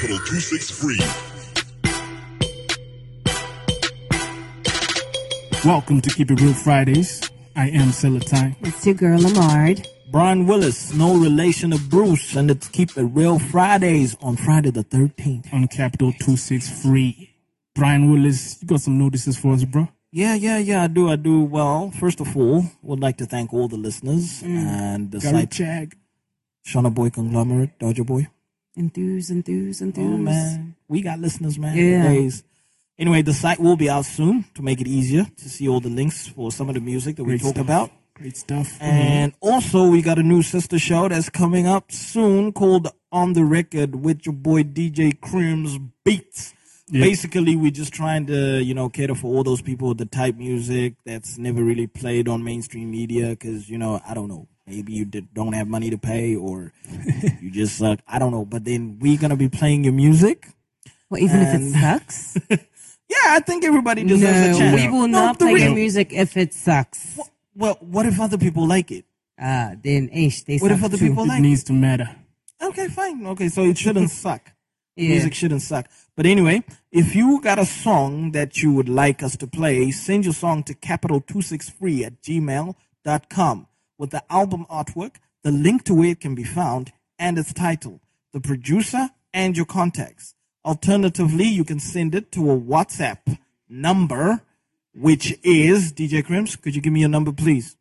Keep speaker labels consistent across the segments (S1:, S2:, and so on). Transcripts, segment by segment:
S1: 263. Welcome to Keep It Real Fridays. I am Silatai.
S2: It's your girl Lamard.
S3: Brian Willis, no relation to Bruce, and it's Keep It Real Fridays on Friday the 13th.
S1: On Capital 263. Brian Willis, you got some notices for us, bro?
S3: Yeah, yeah, yeah, I do, I do. Well, first of all, would like to thank all the listeners and the
S1: Gary
S3: site
S1: Chag.
S3: Shauna Boy Conglomerate, Dodger Boy.
S2: Enthuse, enthuse, enthuse.
S3: Oh man, we got listeners, man.
S2: Yeah.
S3: Always. Anyway, the site will be out soon to make it easier to see all the links for some of the music that we
S1: Great
S3: talk
S1: stuff.
S3: about.
S1: Great
S2: Mm-hmm.
S1: stuff.
S3: And also, we got a new sister show that's coming up soon called On the Record with your boy DJ Crims Beats.
S1: Yeah.
S3: Basically, we're just trying to, you know, cater for all those people with the type music that's never really played on mainstream media because, you know, I don't know. Maybe you did, don't have money to pay or you just suck. I don't know. But then we're going to be playing your music.
S2: Well, even if
S3: And-
S2: it sucks.
S3: Yeah, I think everybody
S2: no,
S3: deserves a chance.
S2: we will
S3: No,
S2: not
S3: the
S2: play your
S3: real-
S2: music if it sucks.
S3: Well, what if other people like it?
S2: Ah, then ish, they
S3: What
S2: suck
S3: if other
S2: too.
S3: people
S1: it
S3: like
S1: needs to matter.
S3: Okay, fine. Okay, so it shouldn't suck.
S2: Yeah.
S3: Music shouldn't suck. But anyway, if you got a song that you would like us to play, send your song to capital263 at gmail.com with the album artwork, the link to where it can be found, and its title, the producer, and your contacts. Alternatively, you can send it to a WhatsApp number, which is DJ Crims. Could you give me your number, please?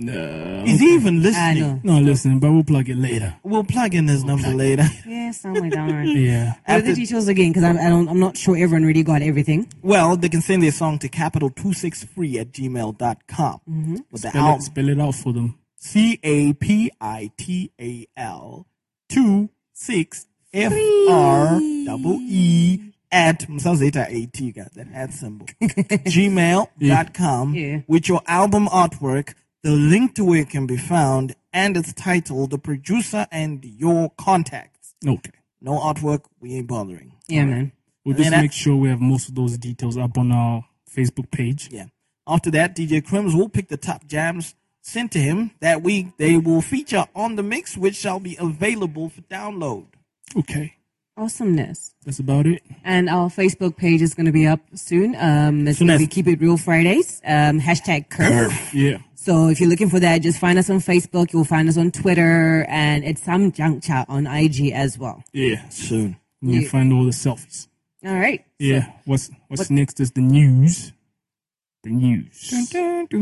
S1: No.
S3: Is he even listening?
S2: I know.
S1: No, listen, but we'll plug it later.
S3: We'll plug in his number later.
S2: Yeah, somewhere down there.
S1: Yeah.
S2: What are the
S3: After-
S2: details again? Because I don't, I'm not sure everyone really got everything.
S3: Well, they can send their song to capital263 at gmail.com. Mm-hmm. With the
S1: Spell it,
S3: album
S1: spell it out for them.
S3: C A P I T A L 2 6 F R double E at Msazeta AT, got that at symbol. gmail.com
S2: Yeah.
S3: with your album artwork, the link to where it can be found, and its title, the producer, and your contacts.
S1: Okay.
S3: No artwork, we ain't bothering.
S2: Yeah, man.
S1: We'll
S3: And
S1: just
S3: then I-
S1: make sure we have most of those details up on our Facebook page.
S3: Yeah. After that, DJ Crims will pick the top jams sent to him that week. They will feature on the mix, which shall be available for download.
S1: Okay.
S2: Awesomeness.
S1: That's about it.
S2: And our Facebook page is going to be up soon. Um, it's
S3: Soon
S2: going
S3: as-
S2: to be Keep It Real Fridays. Um, hashtag curve.
S1: Yeah.
S2: So if you're looking for that, just find us on Facebook. You'll find us on Twitter and it's some junk chat on IG as well.
S1: Yeah.
S3: Soon.
S1: And you find all the selfies.
S2: All right.
S1: Yeah. what's what's next is the news. The news.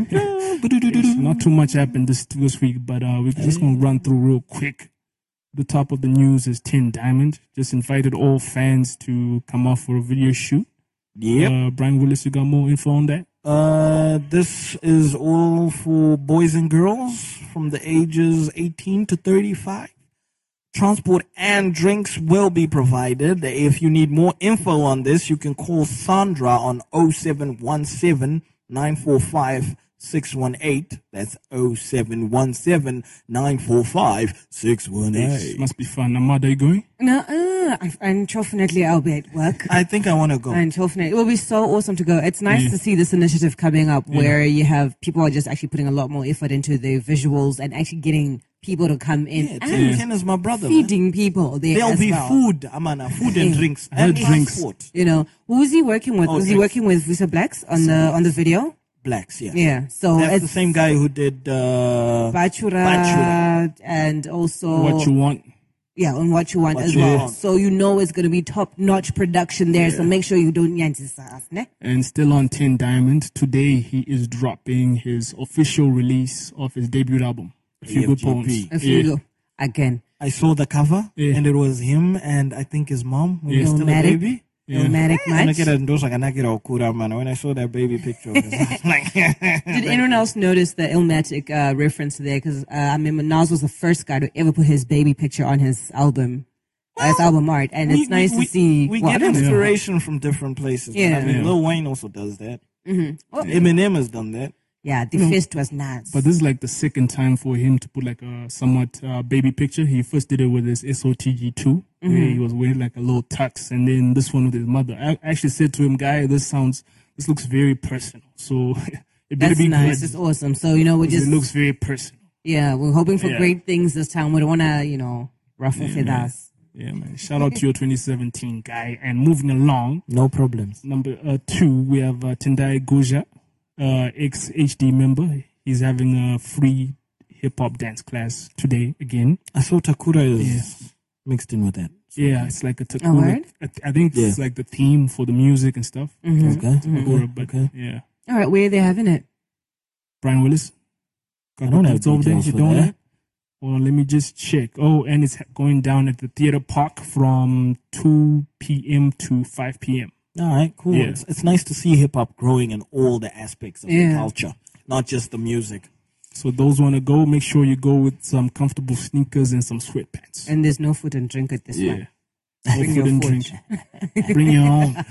S1: Yes, Not too much happened this this week, but uh, we're just gonna run through real quick. The top of the news is Tim Diamond just invited all fans to come out for a video shoot.
S3: Yep.
S1: Uh, Brian Willis, you got more info on that?
S3: Uh, this is all for boys and girls from the ages 18 to 35. Transport and drinks will be provided. If you need more info on this, you can call Sandra on 0717 945 618. That's 0717 945 618.
S1: Must be fun. Ahmad, are you going?
S2: No, uh, I- unfortunately, I'll be at work.
S3: I think I want to go.
S2: Unfortunately, it will be so awesome to go. It's nice
S3: Mm.
S1: Yeah.
S2: to see this initiative coming up where you have people are just actually putting a lot more effort into their visuals and actually getting people to come in
S3: Yeah,
S2: and
S3: Tim Ken is my brother. man.
S2: feeding people there
S3: There'll
S2: as
S3: be
S2: well.
S3: food, Amana, food and drinks.
S1: heard
S3: And
S1: drinks.
S3: transport.
S2: You know, who is he working with?
S3: Oh,
S2: Was he
S3: drinks.
S2: working with Visa Blacks on the on the video?
S3: Blacks, yeah.
S2: Yeah. So
S3: That's the
S2: it's
S3: same guy who did. Uh,
S2: Bachura,
S3: Bachura.
S2: and also
S1: What you want?
S2: yeah, on what you want
S3: What
S2: as
S3: you
S2: well.
S3: want.
S2: So you know it's gonna be top notch production there. So make sure you don't yantisas, ne?
S1: And still on Ten Diamond, today he is dropping his official release of his debut album, A Few Good Poems.
S3: AFGP.
S2: If you go again,
S3: I saw the cover,
S1: Yeah.
S3: and it was him and I think his mom when he
S1: Yeah.
S3: was still a
S2: Nomadic.
S3: baby.
S2: nomadic
S3: And I
S2: much.
S3: get a ndosa kanakira okura, man. When I saw that baby picture, I was like,
S2: Did anyone else notice the Illmatic uh, reference there? Because uh, I remember Nas was the first guy to ever put his baby picture on his album, uh, his album art, and
S3: We-
S2: it's nice
S3: we,
S2: to see.
S3: We
S2: well, I
S3: get
S2: don't know.
S3: inspiration from different places. man. I
S2: Yeah.
S3: mean,
S1: Yeah.
S3: Lil Wayne also does that.
S2: Oh.
S3: Eminem has done that.
S2: Yeah, the first was Nas.
S1: But this is like the second time for him to put like a somewhat uh, baby picture. He first did it with his SOTG2. Where
S2: Mm-hmm.
S1: he was wearing like a little tux, and then this one with his mother. I actually said to him, "Guy, this sounds, this looks very personal. So it better
S2: That's
S1: be
S2: nice. It's
S1: good.
S2: awesome. So you know, we
S1: 'cause
S2: just
S1: it looks very personal."
S2: yeah, we're hoping for
S1: Yeah.
S2: great things this time. We don't want to you know ruffle feathers.
S1: Yeah, man. Shout out to your 2017 guy. And moving along,
S3: No problems.
S1: number uh, two, we have uh, Tendai Goja, uh, ex HD member. He's having a free hip hop dance class today again.
S3: I saw Takura is mixed in with that.
S2: Mm-hmm.
S1: Yeah, it's like a
S2: Oh,
S1: Takura.
S2: word?
S1: I, I think it's
S3: Yeah.
S1: like the theme for the music and stuff.
S3: Okay.
S1: Takura,
S3: okay.
S1: but
S3: okay.
S1: yeah.
S2: Mm-hmm. All right, where are they having it?
S1: Brian Willis.
S3: I don't have
S1: It's over there.
S3: details
S1: You
S3: for
S1: don't
S3: that.
S1: have? Well, let me just check. Oh, and it's going down at the theater park from 2 p.m. to 5 p.m.
S3: All right, cool.
S1: Yeah.
S3: It's, it's nice to see hip hop growing in all the aspects of the
S2: Yeah.
S3: culture, not just the music.
S1: So those want to go, make sure you go with some comfortable sneakers and some sweatpants.
S2: And there's no food and drink at this
S1: yeah.
S2: one.
S1: No
S2: Bring
S1: food
S2: your
S1: and
S2: fork.
S1: drink. Bring your own.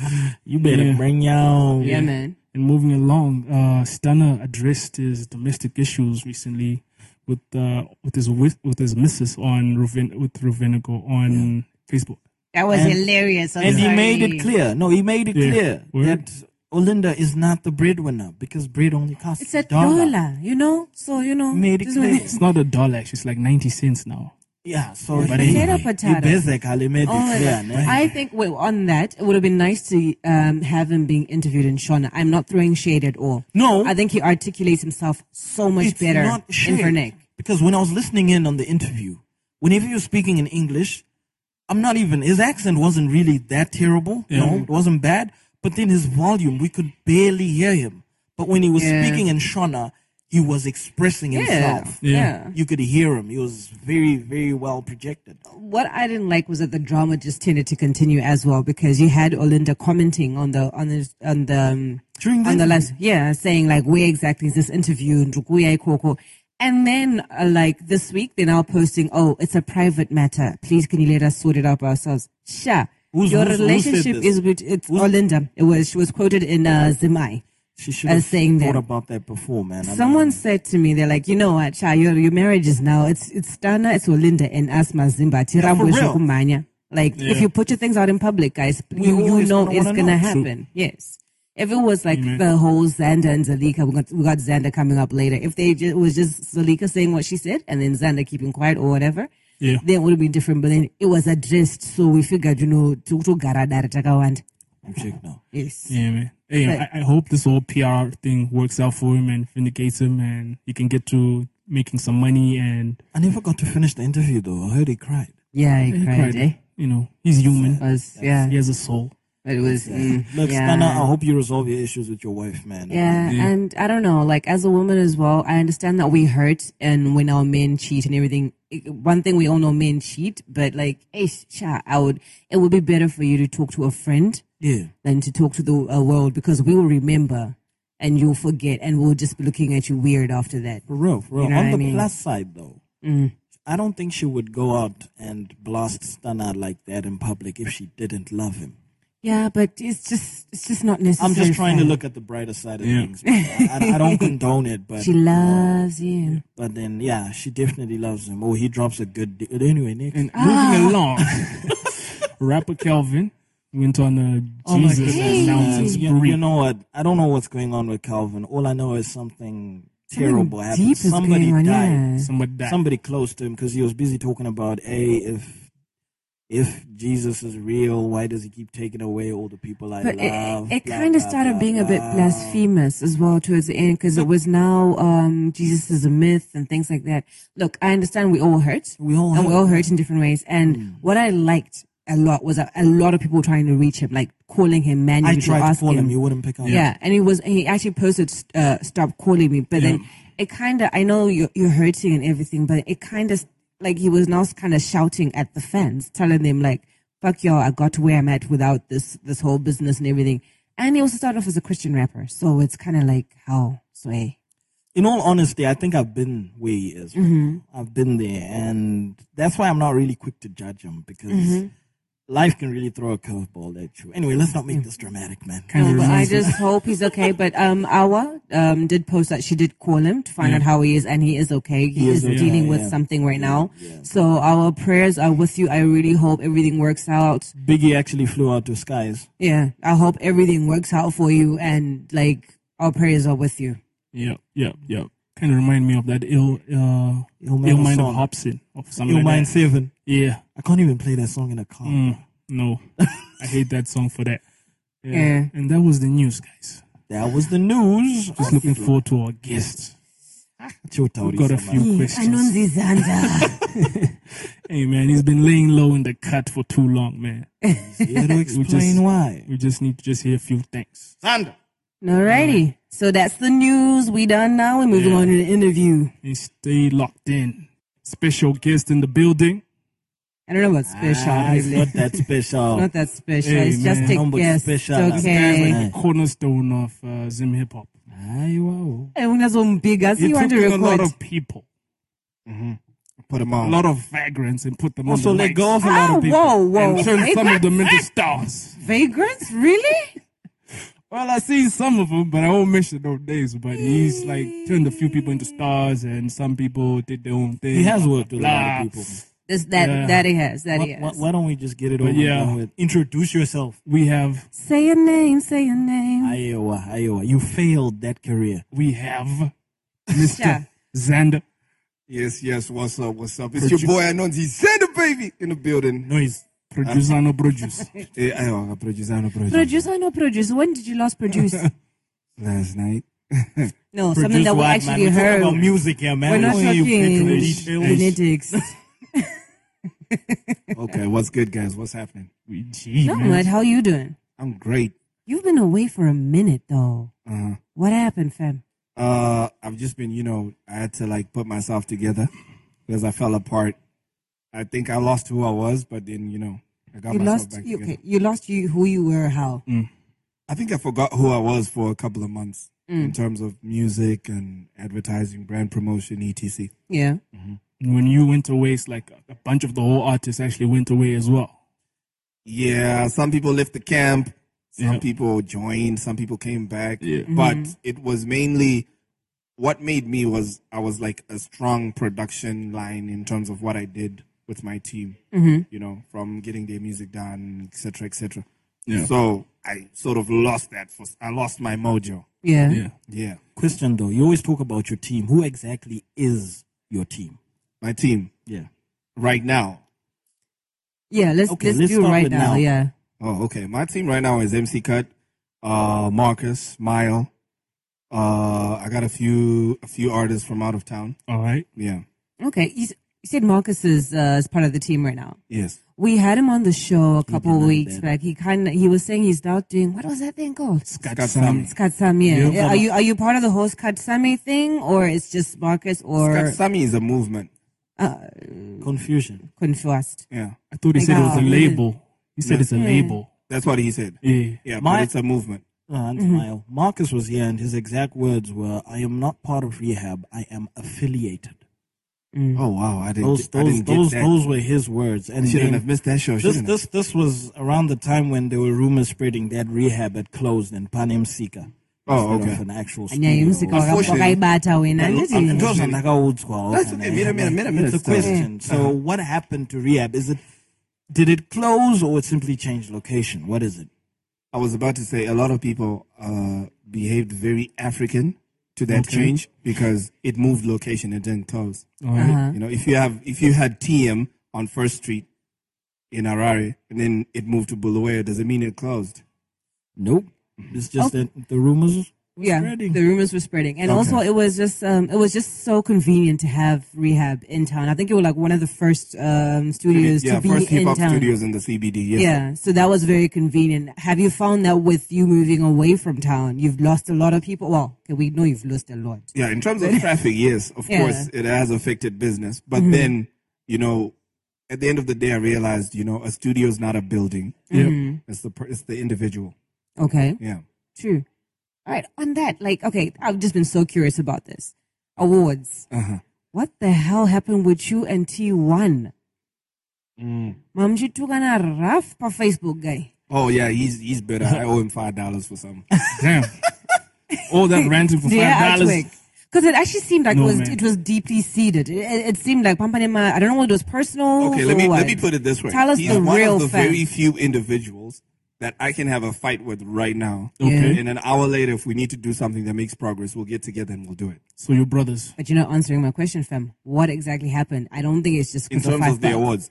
S3: You better
S1: Yeah.
S3: bring your
S2: Yeah, man.
S1: And moving along, uh, Stunner addressed his domestic issues recently with uh, with his with, with his missus on Raven, with Ravenigo on Facebook.
S2: That was
S3: And-
S2: hilarious. I'm
S3: And he
S2: sorry.
S3: made it clear. No, he made it
S1: Yeah.
S3: clear
S1: Word.
S3: that Olinda is not the breadwinner because bread only costs
S2: It's a dollar, you know? So, you know.
S3: Made it
S2: this one-
S3: clear.
S1: It's not a dollar, actually. It's like ninety cents now.
S3: Yeah, so
S1: But
S3: he,
S1: Potato,
S2: potato.
S3: he basically made
S2: Oh
S3: it
S2: my
S3: clear.
S2: God.
S3: ne?
S2: I think well, on that it would have been nice to um, have him being interviewed in Shona. I'm not throwing shade at all.
S3: No.
S2: I think he articulates himself so much
S3: it's
S2: better
S3: not
S2: in
S3: shade.
S2: Vernick.
S3: Because when I was listening in on the interview, whenever you're speaking in English, I'm not even, his accent wasn't really that terrible. No,
S1: Yeah.
S3: it wasn't bad. But then his volume, we could barely hear him. But when he was
S2: Yeah.
S3: speaking in Shona, he was expressing himself.
S1: Yeah.
S2: yeah.
S3: You could hear him. He was very, very well projected.
S2: what I didn't like was that the drama just tended to continue as well because you had Olinda commenting on the on the on the um,
S3: During the
S2: on the
S3: interview?
S2: last yeah saying like where exactly is this interview Ndukuya Ikoko. and then uh, like this week they're now posting oh it's a private matter please can you let us sort it out by ourselves sure
S3: Who's-
S2: your
S3: who's- who said
S2: relationship
S3: this?
S2: is with it's Olinda it was she was quoted in uh, Zimai
S3: She should
S2: I
S3: have
S2: was saying
S3: thought
S2: that.
S3: about that before, man. I
S2: Someone
S3: mean,
S2: said to me, they're like, you know what, Cha, your, your marriage is now, it's it's Tana, it's Olinda, and us Mazimba. Tirambo
S3: real.
S2: Shokumanya. Like, if you put your things out in public, guys,
S3: We
S2: you, you
S3: always
S2: know
S3: gonna
S2: it's
S3: wanna
S2: going to
S3: know.
S2: happen. Yes. If it was like the whole Xander and Zalika, we got, we got Xander coming up later. If they ju- it was just Zalika saying what she said and then Xander keeping quiet or whatever,
S1: Yeah.
S2: then it would have been different. But then it was addressed, so we figured, you know, to to gara dara takawanda.
S3: I'm checked now.
S2: Yes.
S1: Yeah, man. Hey,
S2: Right.
S1: I, I hope this whole PR thing works out for him and vindicates him, and he can get to making some money. And
S3: I never got to finish the interview, though. I heard he cried.
S2: Yeah, I cried, eh? Uh,
S1: you know, he's human.
S2: Was, yeah.
S1: He has a soul.
S2: It was. mm,
S3: Look,
S2: yeah.
S3: Stana, I hope you resolve your issues with your wife, man. Um,
S2: Yeah, and I don't know, like as a woman as well, I understand that we hurt and when our men cheat and everything. it- One thing we all know men cheat, but like, hey, cha, I would, it would be better for you to talk to a friend
S3: Yeah.
S2: than to talk to the uh, world because we will remember and you'll forget and we'll just be looking at you weird after that.
S3: For real, for real.
S2: You know
S3: On
S2: what I
S3: the
S2: mean? Mm.
S3: plus side, though, I don't think she would go out and blast Stana like that in public if she didn't love him.
S2: Yeah, but it's just, it's just not necessary.
S3: I'm just trying to
S2: fam.
S3: look at the brighter side of
S1: Yeah.
S3: things. man. I, I don't condone it, but uh,
S2: She loves you.
S3: but then yeah, she definitely loves him. Oh, he drops a good. Di- anyway, Nick.
S1: And
S2: Ah.
S1: moving along, rapper Calvin went on a
S2: Oh
S1: Jesus announcement.
S3: you, you know what? I don't know what's going on with Calvin. All I know is something terrible happened.
S2: Deep is
S3: Somebody
S2: going on,
S3: died.
S2: yeah.
S1: Somebody died.
S3: somebody close to him because he was busy talking about a if if Jesus is real, why does he keep taking away all the people I
S2: But
S3: love?
S2: it, it
S3: blah,
S2: kind of
S3: blah,
S2: started
S3: blah,
S2: being a bit
S3: blah.
S2: blasphemous as well towards the end because it was now um, Jesus is a myth and things like that. Look, I understand we all hurt.
S3: We all
S2: and we
S3: hurt. Hmm.
S2: all hurt in different ways. And what I liked a lot was a, a lot of people trying to reach him, like calling him man.
S3: I
S2: you should
S3: tried
S2: ask
S3: to call him, he wouldn't pick up.
S2: yeah. and he was and he actually posted uh, stop calling me, but then it kind of I know you're, you're hurting and everything, but it kind of like he was now kind of shouting at the fans, telling them like fuck y'all, I got to where I'm at without this this whole business and everything. And he also started off as a Christian rapper, so it's kind of like how sway.
S3: In all honesty, I think I've been where he is.
S2: Mm-hmm.
S3: mm I've been there, and that's why I'm not really quick to judge him because
S2: Mm-hmm.
S3: life can really throw a curveball at you. Anyway, let's not make this dramatic, man.
S1: Kind of
S2: No, but I
S1: reminds me-
S2: just hope he's okay. But um, Awa um did post that she did call him to find out how he is, and he is okay. He,
S3: is
S2: is,
S3: okay,
S2: dealing with
S3: yeah.
S2: something right now. So our prayers are with you. I really hope everything works out.
S3: Biggie actually flew out to skies.
S2: Yeah, I hope everything works out for you, and like our prayers are with you.
S1: Yeah, yeah, yeah. kind of remind me of that ill, uh, ill
S3: Illmatic
S1: mind
S3: song.
S1: of Hobson or something
S3: Ill
S1: like
S3: Mind
S1: that.
S3: Seven.
S1: Yeah,
S3: I can't even play that song in a car.
S1: Mm, no, I hate that song for that. Yeah.
S2: Yeah.
S1: and that was the news, guys.
S3: That was the news.
S1: Just looking forward to our guests.
S3: We've
S1: got a few questions.
S2: Anonzizanda.
S1: Hey man, he's been laying low in the cut for too long, man.
S3: Here to explain why.
S1: We just need to just hear a few things.
S3: Sandra.
S2: Alrighty. So that's the news. We done now. We're moving
S1: Yeah.
S2: on to the interview.
S1: And stay locked in. Special guest in the building.
S2: I don't know what's special.
S3: Ah, it's
S2: really.
S3: not that special.
S2: Not that special.
S1: Hey,
S2: it's just
S1: man.
S2: a
S3: Number
S2: guest.
S3: special.
S2: Okay.
S3: That's
S1: The cornerstone of uh, Zim hip hop.
S3: Ah, you are.
S2: Eh, unazombika,
S1: It
S2: siyiwa
S1: took
S2: nto
S1: in a lot
S2: record.
S1: of people, Mm-hmm.
S3: Put them
S1: a
S3: on.
S1: lot of vagrants, and put them
S3: Also,
S1: on the
S3: let
S1: mics
S3: go of a lot
S2: Ah,
S3: of people.
S2: whoa, whoa.
S1: and turn some of
S2: Vagrants?
S1: them into stars.
S2: Vagrants? Really?
S1: Well, I seen some of them, but I won't mention no names. But he's like turned a few people into stars, and some people did their own thing.
S3: He has worked with a lot
S1: Blah.
S3: of people.
S2: This, that,
S1: Yeah.
S2: that it has. That
S3: Why,
S2: it
S3: why-
S2: has.
S3: why don't we just get it over
S1: But
S3: and
S1: yeah.
S3: done with? Introduce yourself.
S1: We have,
S2: Say your name. Say your name.
S3: Iowa, Iowa. You failed that career.
S1: we have, Mister Xander.
S4: Yes, yes. What's up? What's up? It's your boy Anonzi Sander, baby, in the building.
S1: Noise. Producer no produce.
S4: Eh, I don't know, produce, I don't know, produce.
S2: Produce or no produce? When did you last produce?
S4: Last night.
S2: No,
S3: Produce
S2: something that we
S3: what,
S2: actually
S3: man? We're
S2: heard.
S3: talking about music here, man.
S2: We're not
S3: Don't you
S2: talking
S3: petrol details.
S2: genetics.
S4: Okay, what's good, guys? What's happening?
S1: We- Gee,
S2: Not
S1: man.
S2: much. How you doing?
S4: I'm great.
S2: You've been away for a minute though.
S4: Uh,
S3: Uh-huh.
S2: What happened, fam?
S4: uh, I've just been, you know, I had to like put myself together because I fell apart. I think I lost who I was, but then, you know, I got
S2: You
S4: myself
S2: lost.
S4: back
S2: You,
S4: together.
S2: okay, you lost you who you were. How?
S4: I think I forgot who I was for a couple of months
S2: Mm.
S4: in terms of music and advertising, brand promotion, etc.
S2: Yeah.
S1: When you went away, it's like a bunch of the whole artists actually went away as well.
S4: Yeah, some people left the camp, some
S1: Yeah.
S4: people joined, some people came back.
S1: Yeah.
S4: But it was mainly what made me was I was like a strong production line in terms of what I did with my team,
S2: Mm-hmm.
S4: you know, from getting their music done, et cetera, et cetera.
S1: Yeah.
S4: So I sort of lost that. For, I lost my mojo.
S2: Yeah.
S1: Yeah.
S4: Yeah.
S3: Question though, you always talk about your team. Who exactly is your team?
S4: My team
S3: Yeah.
S4: right now.
S2: Yeah, Let's
S3: Okay,
S2: let's,
S3: let's
S2: do
S3: start
S2: right
S3: with
S2: now.
S3: now.
S2: Yeah.
S4: Oh, okay. My team right now is MC Cut, uh, Marcus, Mile. Uh, I got a few a few artists from out of town.
S1: All right.
S4: Yeah.
S2: Okay. You, s- you said Marcus is uh, is part of the team right now.
S4: Yes.
S2: We had him on the show a couple
S3: not
S2: weeks
S3: bad.
S2: back. He kind of he was saying he's now doing what was that thing called?
S1: Scat
S4: Scat
S1: Sam.
S4: Sam.
S2: Katsami. Yeah.
S1: Yeah.
S2: Yeah, Are you are you part of the whole Katsami thing, or it's just Marcus or uh,
S4: Katsami is a movement. Mm.
S3: Confusion.
S2: confused?
S4: Yeah.
S1: I thought he said it was a label. He said it's a label.
S4: That's what he said.
S1: Yeah.
S4: Yeah,
S3: My-
S4: but it's a movement.
S3: Uh, and smile. Marcus was here, and his exact words were, "I am not part of rehab. I am affiliated."
S4: Oh wow, I didn't
S3: Mm. Those
S4: get, I
S3: those
S4: didn't get
S3: those,
S4: that.
S3: those were his words. And
S4: shouldn't
S3: then
S4: have missed that show.
S3: this
S4: Shouldn't
S3: this this was around the time when there were rumors spreading that rehab had closed and Panem Sika.
S4: Oh,
S3: instead of
S4: okay.
S3: An actual.
S2: Anya yemzika
S3: studio.
S2: waka-
S4: Unfortunately-
S2: wakaibata wena
S3: And
S2: andithi
S3: those are like old school.
S4: That's okay. Minute, minute, minute, minute.
S3: It's a question.
S4: Uh-huh.
S3: So what happened to rehab? Is it did it close or it simply changed location? What is it?
S4: I was about to say a lot of people uh, behaved very African to that change because it moved location and didn't close.
S1: All right.
S4: You know, if you have if you had TM on First Street in Harare and then it moved to Bulawayo, does it mean it closed?
S3: Nope. Mm-hmm. It's just
S4: Oh.
S3: that the rumors
S2: yeah
S3: spreading.
S2: the rumors were spreading and also it was just um it was just so convenient to have rehab in town i think it was like one of the first um studios
S4: yeah,
S2: to be
S4: first hip
S2: in
S4: hop
S2: town
S4: studios in the CBD. Yes.
S2: yeah so that was very convenient have you found that with you moving away from town you've lost a lot of people well okay, we know you've lost a lot
S4: Yeah, in terms of traffic, yes, of
S2: Yeah. Mm-hmm.
S4: course, it has affected business. But then, you know, at the end of the day, I realized, you know, a studio is not a building.
S1: Mhm.
S2: Mm-hmm.
S4: It's the per- it's the individual.
S2: okay
S4: Yeah.
S2: True. All right. On that, like, okay, I've just been so curious about this. Awards.
S4: Uh-huh.
S2: What the hell happened with you and T1?
S4: Mm.
S2: Mom, you took on a rough for Facebook guy.
S4: Oh yeah, he's he's better. I owe him five dollars for something.
S1: Damn. All that ranting for five dollars.
S2: Because it actually seemed like
S1: No,
S2: it, was,
S1: man.
S2: it was deeply seated. It, it, it seemed like Pampanema, I don't know what it was personal.
S4: Okay,
S2: or
S4: let me
S2: what.
S4: let me put it this way.
S2: Tell us
S4: he's
S2: the
S4: one
S2: real
S4: of the
S2: facts.
S4: very few individuals that I can have a fight with right now.
S1: Okay.
S4: And an hour later, if we need to do something that makes progress, we'll get together and we'll do it.
S1: So your brothers.
S2: But you're not answering my question, fam. What exactly happened? I don't think it's just
S4: In
S2: 'cause
S4: terms of the
S2: five bucks.
S4: awards,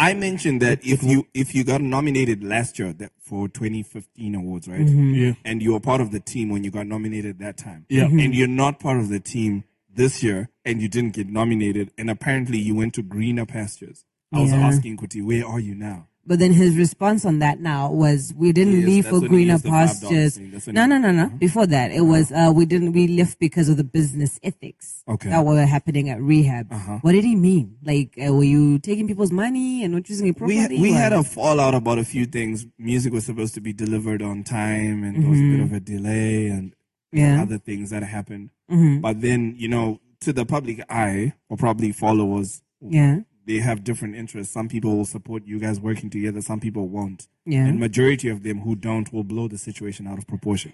S4: I mentioned that if you if you got nominated last year that for 2015 awards, right?
S2: Mm-hmm.
S1: Yeah.
S4: And you were part of the team when you got nominated that time.
S1: Yeah.
S2: Mm-hmm.
S4: And you're not part of the team this year, and you didn't get nominated, and apparently you went to greener pastures. I was
S2: Yeah.
S4: asking Kuti, where are you now?
S2: But then his response on that now was, "We didn't
S4: Yes,
S2: leave
S4: that's
S2: for
S4: when he
S2: greener
S4: used the five dollars
S2: pastures."
S4: thing. That's when
S2: No,
S4: he- Uh-huh.
S2: no, no, no. Before that, it was, uh, "We didn't. We left because of the business ethics
S4: Okay. Uh-huh.
S2: that were happening at rehab." What did he mean? Like, uh, were you taking people's money and not using it
S4: we
S2: properly?
S4: we
S2: or-
S4: had a fallout about a few things. Music was supposed to be delivered on time, and there was a bit of a delay, and
S2: Mm-hmm. yeah. Mm-hmm.
S4: other things that happened. But then, you know, to the public eye or probably followers,
S2: Yeah.
S4: they have different interests. Some people will support you guys working together. Some people won't.
S2: Yeah.
S4: And majority of them who don't will blow the situation out of proportion.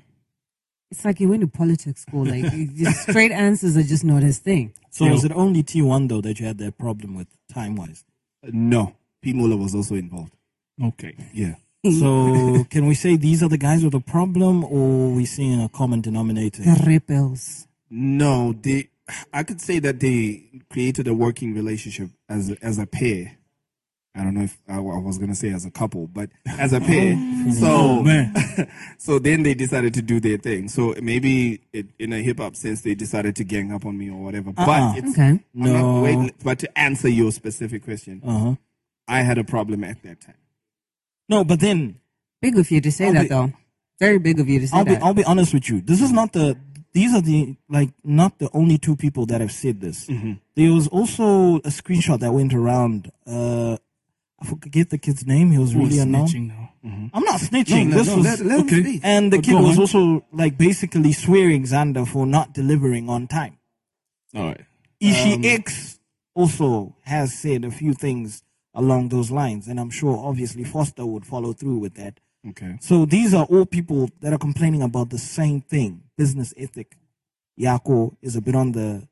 S2: It's like he went to politics school. Like the straight answers are just not his thing.
S3: So
S1: Yeah.
S3: was it only T1 though that you had that problem with time wise?
S4: Uh, No, P Muller was also involved.
S1: Okay.
S4: Yeah.
S3: So can we say these are the guys with a problem, or we seeing a common denominator?
S2: The rebels.
S4: No, they. I could say that they created a working relationship as as a pair. I don't know if I, wa- I was gonna say as a couple, but as a pair. so
S1: man.
S4: so then they decided to do their thing. So maybe it, in a hip hop sense, they decided to gang up on me or whatever.
S3: Uh-uh.
S4: But it's,
S2: Okay.
S4: I'm not-
S3: No.
S4: wait, but to answer your specific question,
S3: Uh huh.
S4: I had a problem at that time.
S3: No, but then
S2: Big of you to say
S3: I'll
S2: that,
S3: be-
S2: though. Very big of you to say
S3: I'll be
S2: that.
S3: I'll be honest with you. This is not the these are the like not the only two people that have said this.
S4: Mm-hmm.
S3: There was also a screenshot that went around. Uh, I forget the kid's name. He was
S1: We're
S3: really unknown.
S1: snitching now. Mm.
S3: I'm not snitching.
S4: No,
S3: this
S4: no,
S3: was
S4: let- let him
S1: okay.
S4: speak.
S3: and the
S1: But
S3: kid
S1: go
S3: was
S1: on.
S3: also like basically swearing Xander for not delivering on time.
S1: All right. Um,
S3: ECX also has said a few things along those lines, and I'm sure obviously Foster would follow through with that.
S4: Okay.
S3: So these are all people that are complaining about the same thing business ethic. Yako is a bit on the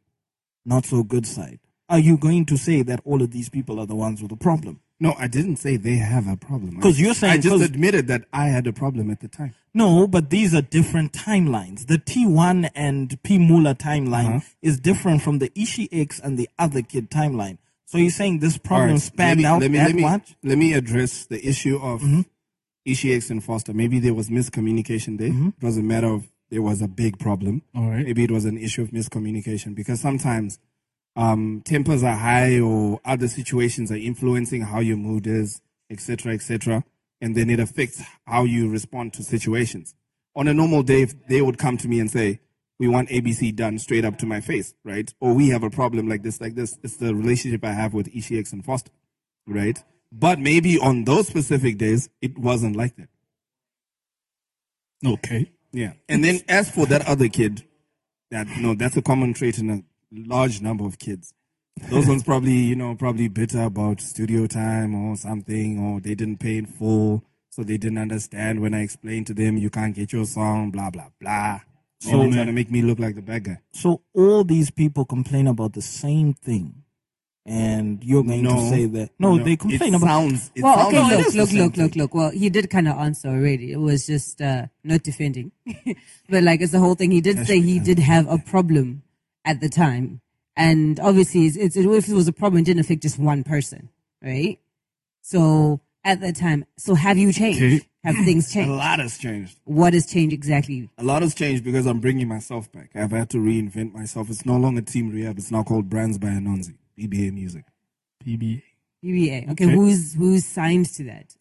S3: not so good side. Are you going to say that all of these people are the ones with the problem?
S4: No, I didn't say they have a problem.
S3: 'Cause you're saying-
S4: I just
S3: 'cause-
S4: admitted that I had a problem at the time.
S3: No, but these are different timelines. The T1 and P Mula
S4: Uh-huh.
S3: timeline is different from the Ishii X and the other kid timeline. So you're saying this problem
S4: All right,
S3: spanned out that
S4: let me,
S3: much?
S4: Let me address the issue of
S1: Mm-hmm.
S4: Ishii and Foster. Maybe there was miscommunication there. It was a matter of there was a big problem.
S1: Mm-hmm. All right.
S4: Maybe it was an issue of miscommunication because sometimes um, tempers are high or other situations are influencing how your mood is, etc., etc., and then it affects how you respond to situations. On a normal day, if they would come to me and say, "We want ABC done straight up to my face," right? Or we have a problem like this, like this. It's the relationship I have with ECX and Foster, right? But maybe on those specific days, it wasn't like that.
S1: Okay.
S4: Yeah. And then as for that other kid, that no, that's a common trait in a large number of kids. Those ones probably, you know, probably bitter about studio time or something, or they didn't pay in full, so they didn't understand when I explained to them you can't get your song, blah blah blah. So
S1: man.
S4: trying to make me look like the bad guy.
S3: So all these people complain about the same thing. And you're going to
S4: No.
S3: say that. No, they complain
S4: it
S3: about.
S4: sounds. It
S2: well,
S4: sounds
S2: okay,
S4: like
S2: look,
S4: it's the
S2: look,
S4: same
S2: look,
S4: thing.
S2: look, look. Well, he did kind of answer already. It was just uh, not defending. but, like, it's the whole thing. He did say he did have a problem at the time. And obviously, it's, it's, if it was a problem, it didn't affect just one person, right? So, at that time, so have you changed?
S1: Okay.
S2: Have things
S4: A
S2: changed?
S4: lot has changed.
S2: What has changed exactly?
S4: A lot has changed because I'm bringing myself back. I've had to reinvent myself. It's no longer Team Rehab. It's now called Brands by Anonzi, BBA Music.
S1: PBA.
S2: UBA. E Okay,
S1: Okay.
S2: who's who's signed to that?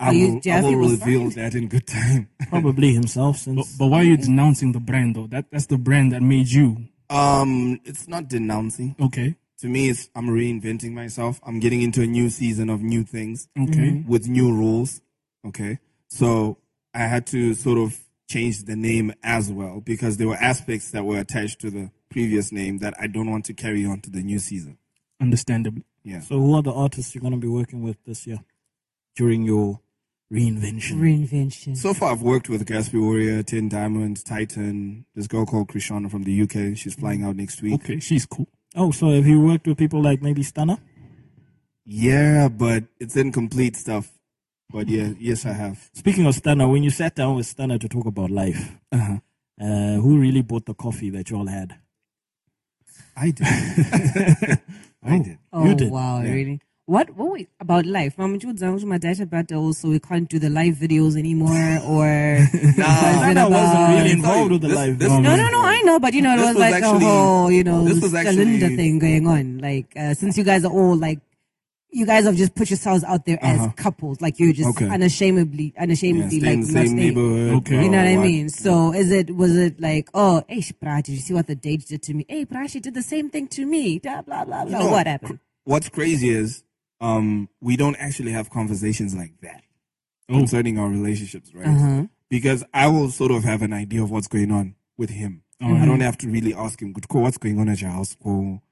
S4: I
S2: Are you-
S4: will,
S2: do you
S4: I
S2: have
S4: will
S2: people
S4: reveal
S2: signed?
S4: that in good time.
S3: Probably himself
S1: But,
S3: since.
S1: but why are you denouncing the brand though? That that's the brand that made you.
S4: Um, it's not denouncing.
S1: Okay.
S4: To me, it's I'm reinventing myself. I'm getting into a new season of new things
S1: Okay.
S4: with new rules. Okay, so I had to sort of change the name as well because there were aspects that were attached to the previous name that I don't want to carry on to the new season.
S1: Understandably.
S4: Yeah.
S3: so who are the artists you're going to be working with this year during your reinvention?
S2: Reinvention.
S4: So far, I've worked with Gatsby Warrior, Tin Diamond, Titan. This girl called Krishana from the UK. She's flying out next week.
S1: Okay. She's cool.
S3: oh, so have you worked with people like maybe Stunner?
S4: Yeah, but it's incomplete stuff. But yeah, yes, I have.
S3: Speaking of Stunner, when you sat down with Stunner to talk about life,
S1: Uh-huh.
S3: uh, who really bought the coffee that you all had?
S4: I did. I did.
S2: Oh
S3: You did.
S2: wow,
S4: Yeah.
S2: really? What what we, about life? Mama Jude Zangu my dad about also we can't do the live videos anymore or
S4: Nah.
S3: Stunner wasn't
S2: about-
S3: really
S4: Let me tell
S3: involved
S4: you,
S3: with the
S4: this-
S3: live.
S4: this-
S3: moment.
S2: No, no, no. I know, but you know, it
S4: This
S2: was,
S4: was
S2: like
S4: actually-
S2: a whole, you know,
S4: this was
S2: cylinder
S4: actually-
S2: thing going on. Like uh, since you guys are all like, you guys have just put yourselves out there as couples. Like you're just
S3: Okay.
S2: unashamedly,
S4: Uh-huh. Yeah,
S2: unashamedly
S4: stay
S2: like
S4: in the
S2: not
S4: same
S2: staying.
S4: neighborhood. Oh,
S1: Okay.
S2: You
S4: blah,
S2: know what I
S4: blah, blah.
S2: mean? So is it was it like oh hey sh- brah, did you see what the date did to me? Hey brah, she did the same thing to me. Blah blah blah blah.
S4: No.
S2: What happened?
S4: What's crazy is um, we don't actually have conversations like that
S1: Oh.
S4: concerning our relationships, right?
S2: Uh-huh.
S4: Because I will sort of have an idea of what's going on with him. Um, I don't have to really ask him, "Good, what's going on at your house? Go,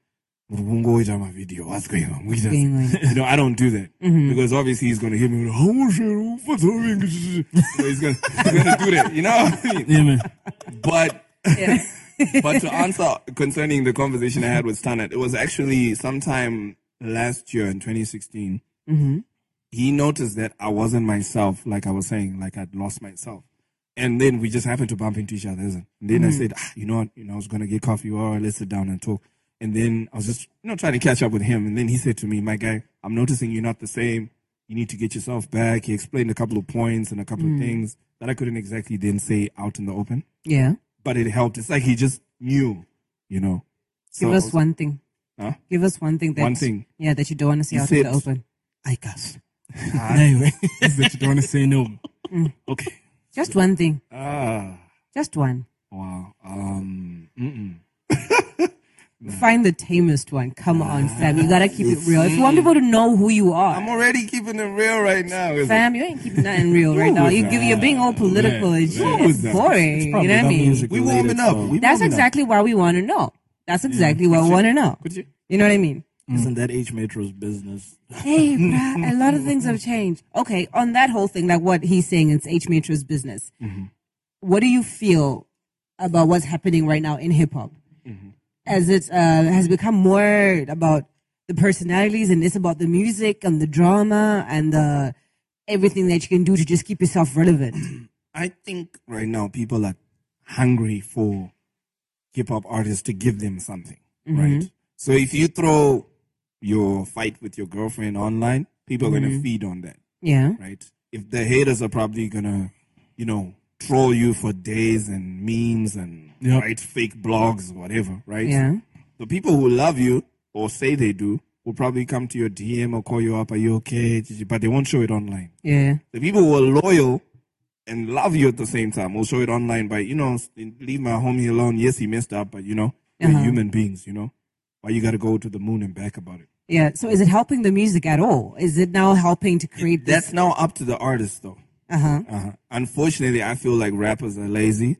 S4: Murungo, jama video, what's going on? We just,
S2: Going on.
S4: you know, I don't do that because obviously he's gonna hit me. With, How much? you know, what's happening?" So he's gonna, he's gonna do that. You know what I mean?
S1: Yeah, man.
S4: But but to answer concerning the conversation I had with Stanet, it was actually sometime last year in 2016. He noticed that I wasn't myself, like I was saying, like I'd lost myself. And then we just happened to bump into each other. isn't it? And then I said, ah, you know what, you know, I was going to get coffee. All right, let's sit down and talk. And then I was just, you know, trying to catch up with him. And then he said to me, my guy, I'm noticing you're not the same. You need to get yourself back. He explained a couple of points and a couple of things that I couldn't exactly then say out in the open
S2: Yeah.
S4: but it helped. It's like he just knew, you know. So
S2: Give us one thing.
S4: Huh?
S2: Give us one thing that
S4: One thing.
S2: Yeah, that you don't want to see
S4: He
S2: out in the
S4: said-
S2: open.
S3: I guess.
S1: Anyway, is that you don't want to say no. Okay.
S2: Just one thing.
S4: Ah,
S2: Just one.
S4: wow. Um, mm-mm.
S2: Find the tamest one. Come on, Sam. You gotta keep it real. If you want people to know who you
S4: I'm
S2: are,
S4: already keeping it real right now. is it?
S2: Sam, you ain't keeping nothing real right now.
S4: was
S2: You give, you're being all political and shit.
S4: Who was
S2: It's
S4: that?
S2: boring. You know what I mean?
S4: We warming up. We
S2: That's
S4: warming up.
S2: exactly why we want to know. That's exactly what we want to know.
S4: Could you?
S2: You know what I mean?
S3: Isn't that H Metro's business?
S2: Hey, bruh, a lot of things have changed. Okay, on that whole thing, like what he's saying, it's H Metro's business.
S4: Mm-hmm.
S2: What do you feel about what's happening right now in hip hop?
S4: Mm-hmm.
S2: As it uh, has become more about the personalities and it's about the music and the drama and the everything that you can do to just keep yourself relevant.
S4: I think right now people are hungry for hip hop artists to give them something,
S2: Mm-hmm.
S4: right? So if you throw your fight with your girlfriend online, people are
S2: Mm-hmm.
S4: going to feed on that.
S2: Yeah.
S4: right? If the haters are probably gonna, you know, troll you for days and memes and
S1: Yep.
S4: write fake blogs, whatever, right?
S2: Yeah.
S4: The people who love you or say they do will probably come to your DM or call you up, are you okay? But they won't show it online.
S2: Yeah.
S4: The people who are loyal and love you at the same time will show it online by, you know, leave my homie alone. Yes, he messed up, but you know, we're
S2: Uh-huh.
S4: human beings, you know? Why you gotta go to the moon and back about it?
S2: Yeah. So is it helping the music at all? Is it now helping to create this?
S4: That's now up to the artist though.
S2: Uh huh.
S4: Uh-huh. Unfortunately, I feel like rappers are lazy,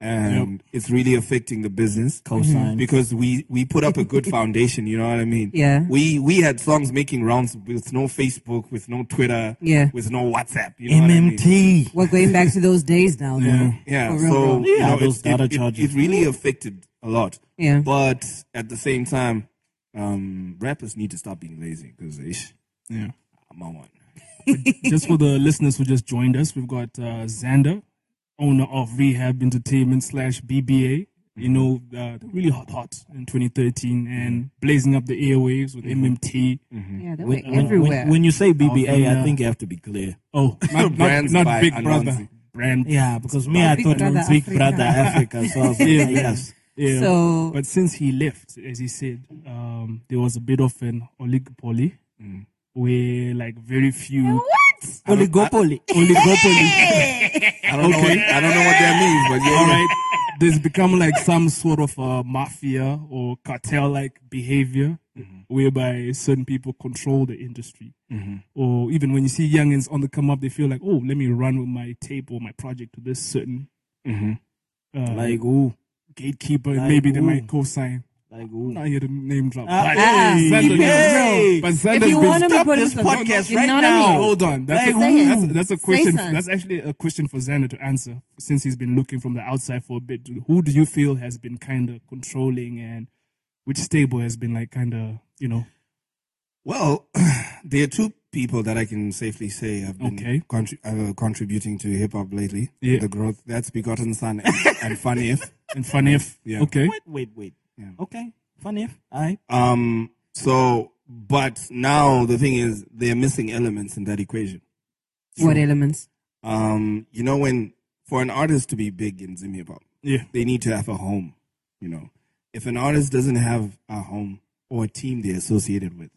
S4: and it's really affecting the business
S3: Cosign.
S4: because we we put up a good foundation. You know what I mean?
S2: Yeah.
S4: We we had songs making rounds with no Facebook, with no Twitter,
S2: Yeah.
S4: with no WhatsApp. You know what I mean?
S3: MMT.
S2: We're going back to those days now, though.
S1: Yeah.
S4: Yeah,
S2: For real,
S4: so
S2: bro.
S4: you
S3: Yeah,
S4: know,
S3: those
S4: it, it-
S3: data
S4: it-
S3: charges.
S4: It, really affected a lot.
S2: Yeah.
S4: But at the same time, um, rappers need to stop being lazy because
S1: Yeah.
S4: I'm on one.
S1: just for the listeners who just joined us, we've got uh, Xander, owner of Rehab Entertainment slash BBA. You know, uh, really hot, hot in 2013 and blazing up the airwaves with MMT.
S2: Yeah, they were
S3: When, when-
S2: everywhere.
S3: when you say BBA,
S4: Oh,
S3: I
S1: Alpha,
S3: think you have to be clear.
S1: Oh, not, not,
S4: Brands
S1: not
S4: by
S1: Big Brother.
S4: Anansi.
S1: Brand.
S3: Yeah, because me, I
S2: Big
S3: thought it
S2: Brother
S3: was Big
S2: Africa.
S3: Brother Africa. So I was like,
S1: Yeah.
S3: yes.
S1: Yeah.
S2: So-
S1: but since he left, as he said, um, there was a bit of an oligopoly where like very few.
S3: Oligopoly.
S1: Oligopoly.
S4: I don't know. What, I don't know what that means, but yeah,
S1: All right. There's become like some sort of uh, mafia or cartel like behavior whereby certain people control the industry. Or even when you see youngins on the come up, they feel like, oh, let me run with my tape or my project to this certain uh,
S3: Like who?
S1: gatekeeper and
S3: like
S1: maybe they
S3: who?
S1: might co sign.
S3: Like
S1: Now
S3: who?
S1: here the name drop.
S3: Ah,
S1: But
S2: ah,
S1: Xander-
S3: hey.
S1: But
S2: if
S1: Xander's
S2: you
S1: been
S2: want to be
S3: stop
S2: put
S3: this
S2: into the-
S3: podcast
S2: you
S3: right
S2: know what
S3: now.
S2: I mean?
S1: Hold on. That's,
S2: Like, say
S1: that's,
S2: it.
S1: that's a
S2: Say
S1: question.
S2: something.
S1: That's actually a question for Xander to answer since he's been looking from the outside for a bit. Who do you feel has been kind of controlling and which stable has been like kind of, you know,
S4: Well, there are two people that I can safely say have been
S1: Okay.
S4: contri- uh, contributing to hip hop lately.
S1: Yeah.
S4: The growth that's Begotten Son and, and Fun If.
S1: and funny if
S4: Yeah.
S1: okay.
S3: Wait, wait, wait.
S4: Yeah.
S3: Okay, fun if I
S4: Um, so, but now the thing is, they're missing elements in that equation.
S2: What elements?
S4: Um, you know, when for an artist to be big in Zimbabwe,
S1: Yeah.
S4: they need to have a home. You know, if an artist doesn't have a home or a team they're associated with,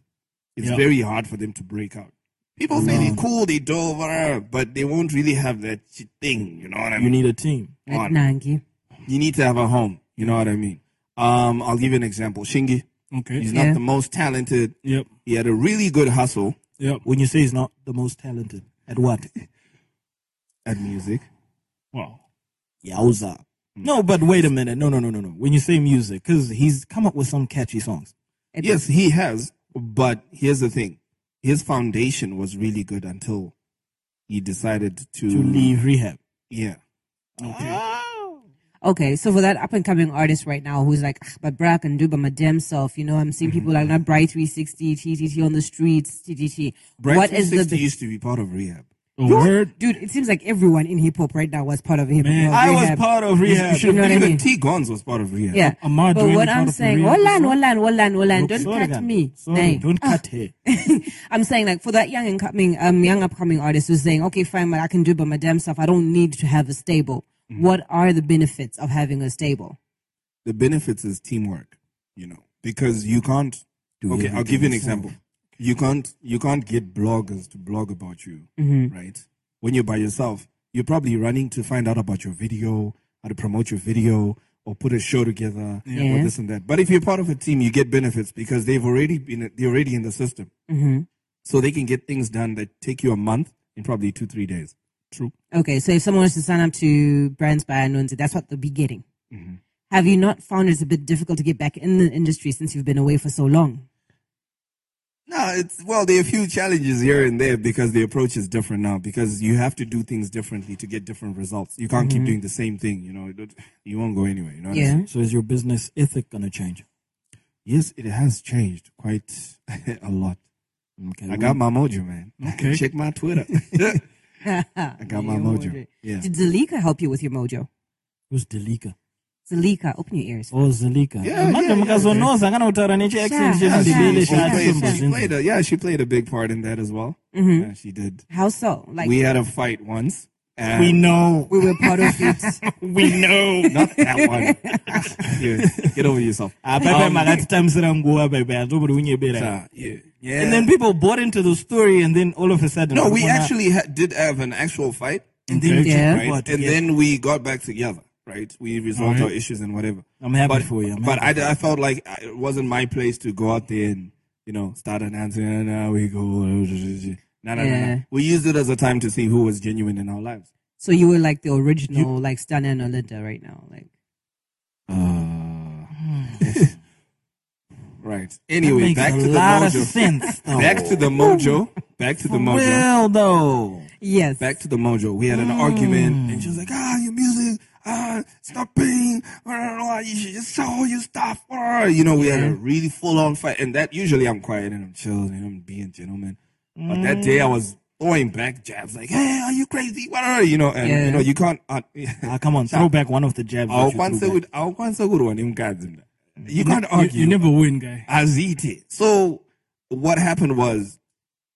S4: it's
S1: Yeah.
S4: very hard for them to break out. People say they're cool, they do, whatever, but they won't really have that shit thing. You know what I
S3: you
S4: mean?
S3: need a team.
S2: Like
S4: on.
S2: Nangi.
S4: You need to have a home. You know what I mean? Um, I'll give you an example. Shingy,
S1: Okay.
S4: he's
S2: Yeah.
S4: not the most talented.
S1: Yep.
S4: He had a really good hustle
S1: Yep.
S3: When you say he's not the most talented at what?
S4: at music.
S1: Wow.
S3: Yowza. Mm. No, but wait a minute. No, no, no, no, no. When you say music, because he's come up with some catchy songs.
S2: It-
S4: Yes, he has. But here's the thing: his foundation was really good until he decided to,
S3: To leave rehab.
S4: Yeah,
S1: Okay.
S2: Okay, so for that up and coming artist right now who's like, "Ah, but bruh, I can do by my damn self, you know, I'm
S3: Mm-hmm.
S2: seeing people like that Bright 360, TTT on the streets, TTT.
S4: Bright
S2: what is the.
S4: 360 used to be part of rehab.
S1: A word.
S2: Dude, it seems like everyone in hip hop right now was part of hip
S1: Man,
S2: hop.
S3: I was part of
S4: You
S3: rehab.
S4: should
S2: know what I
S4: even
S2: mean?
S4: T Guns was part of rehab.
S2: Yeah.
S1: Ahmad
S2: but
S1: doing
S2: what
S1: the part
S2: I'm
S1: of
S2: saying,
S1: Maria
S2: hold
S1: as
S2: on,
S1: well?
S2: hold on, hold on, hold on. Don't
S3: Sorry,
S2: cut
S3: Ghana.
S2: me.
S3: Sorry,
S2: Dang.
S3: don't cut her.
S2: I'm saying like for that young incoming, um, young upcoming artist who's saying, okay, fine, but I can do it by my damn self. I don't need to have a stable.
S4: Mm-hmm.
S2: What are the benefits of having a stable?
S4: The benefits is teamwork, you know, because you can't.
S3: Do
S4: okay, I'll
S3: everything
S4: give you an
S3: yourself.
S4: example. You can't. You can't get bloggers to blog about you, right? When you're by yourself, you're probably running to find out about your video, how to promote your video, or put a show together,
S2: Yeah.
S4: or this and that. But if you're part of a team, you get benefits because they've already been. They're already in the system,
S2: Mm-hmm.
S4: so they can get things done that take you a month in probably two three days.
S1: True.
S2: Okay, so if someone wants to sign up to Brands by Anonzi, that's what they'll be getting.
S4: Mm-hmm.
S2: Have you not found it's a bit difficult to get back in the industry since you've been away for so long?
S4: No, it's well, there are a few challenges here and there because the approach is different now because you have to do things differently to get different results. You can't keep doing the same thing, you know. it don't- You won't go anywhere, you know. what I mean?
S2: Yeah.
S3: So is your business ethic gonna change?
S4: Yes, it has changed quite a lot.
S3: Okay.
S4: I got my mojo, man.
S1: Okay.
S4: Check my Twitter. I got my mojo. Yeah.
S2: Did Zalika help you with your mojo?
S3: who's Delika?
S2: Zalika, open your ears.
S3: Oh, Zelika.
S4: Yeah,
S3: Manje
S4: yeah, yeah,
S3: mukazonoza kana kutaura nechiaccent
S2: Sure,
S4: Yeah, she,
S2: Yeah,
S4: she
S2: yeah,
S4: played,
S2: yeah.
S4: she played a, yeah, she played a big part in that as well.
S2: Mhm.
S4: Yeah, she did.
S2: How so? Like
S4: we
S2: we,
S4: had a fight once. and-
S1: know.
S2: were part of it.
S1: We know.
S4: Not that one. Yeah, get over yourself.
S3: Ah,
S4: Um,
S3: Bye makatitamisira nguva bye bye hatobudi unyebera.
S4: Uh, yeah. yeah.
S3: And then people bought into the story and then all of a sudden
S4: No, we
S3: wakona-
S4: actually ha- did have an actual fight,
S3: and then
S1: Okay.
S2: Yeah.
S4: right? And then we got back together, right? We resolved our issues and whatever.
S3: I'm happy
S4: But,
S3: for you. I'm
S4: but
S3: happy.
S4: I, I felt like I- it wasn't my place to go out there and, you know, start announcing, and now we go. No, no, no,
S2: Yeah.
S4: no. We used it as a time to see who was genuine in our lives.
S2: so you were like the original, like Stunner and Olinda right now. Like
S3: Uh,
S4: Right.
S3: That
S4: Anyway,
S3: makes
S4: back
S3: a
S4: to the
S3: lot of
S4: mojo.
S3: sense. though.
S4: Back to the mojo. Back to the mojo.
S3: Well, though.
S2: yes,
S4: back to the mojo. We had an argument, and she was like, "Ah, your music, ah, stop paying. I don't know how you should just sell your stuff." Ah. You know, we had a really full on fight, and that usually I'm quiet and I'm chill and I'm being gentleman. But that day I was throwing back jabs, like, "Hey, are you crazy? What are you?" You know, and
S2: Yeah.
S4: you know you can't. Uh,
S3: Ah, come on, throw back one of the jabs. that
S4: I'll
S3: you
S4: Ah, once
S3: threw back.
S4: good, I'll once good one him cards in that. You can't
S1: You,
S4: argue.
S1: you never win, guy.
S4: Azite. So what happened was,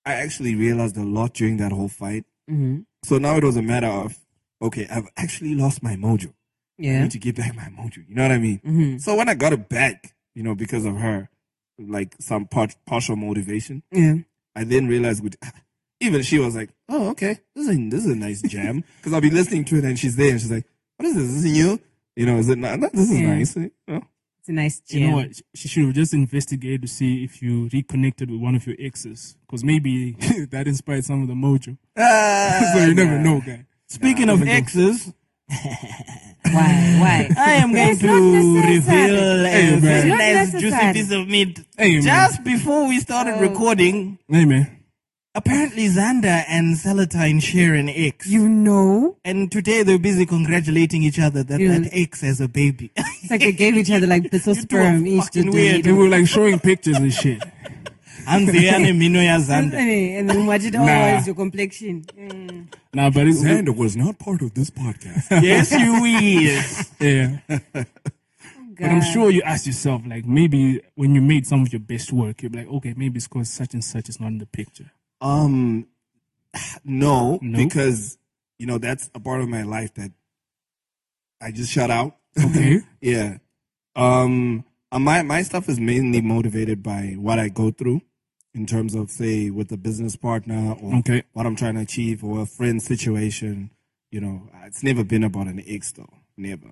S4: I actually realized a lot during that whole fight.
S2: Mhm.
S4: So now it was a matter of, okay, I've actually lost my mojo. I
S2: yeah,
S4: need to get back my mojo. You know what I mean?
S2: hmm
S4: So when I got it back, you know, because of her, like some part, partial motivation,
S2: yeah.
S4: I then realized with, even she was like, oh, okay, this is a, this is a nice jam. Because I'll be listening to it and she's there and she's like, what is this? Is this new? You know, is it not? This is
S2: Yeah.
S4: nice. eh? Oh. You know?
S2: It's a nice
S1: You
S2: jam.
S1: know what? She should have just investigated to see if you reconnected with one of your exes, because maybe that inspired some of the mojo.
S2: Ah,
S1: so you never know, guy.
S3: Speaking of exes,
S2: Why? Why?
S3: I am going
S2: It's not
S3: to
S2: necessary.
S3: reveal a
S1: It's
S3: very
S2: not
S3: nice juicy
S2: necessary.
S3: piece of meat.
S1: Hey, man.
S3: Just before we started recording,
S1: Hey, man.
S3: apparently Xander and Celatine share an ex.
S2: you know,
S3: and today they're busy congratulating each other that
S2: Yeah.
S3: that ex has a baby.
S2: it's like they gave each other like this
S3: two are
S2: sperm each to
S3: fucking
S2: do.
S3: weird.
S1: They were like showing pictures and shit.
S3: Anziane mino ya Zanda.
S2: And then what it
S1: Nah.
S2: always your complexion. Mm.
S1: Nah, but it's
S5: Xander was not part of this podcast.
S3: Yes, you is.
S1: yeah. But I'm
S2: God.
S1: sure you ask yourself, like maybe when you made some of your best work, you're like, okay, maybe it's because such and such is not in the picture.
S4: Um, no,
S1: No?
S4: because you know that's a part of my life that I just shut out.
S1: Okay.
S4: yeah. Um, uh, my my stuff is mainly motivated by what I go through, in terms of say with a business partner or
S1: Okay.
S4: what I'm trying to achieve or a friend situation. You know, uh, it's never been about an ex though. Never.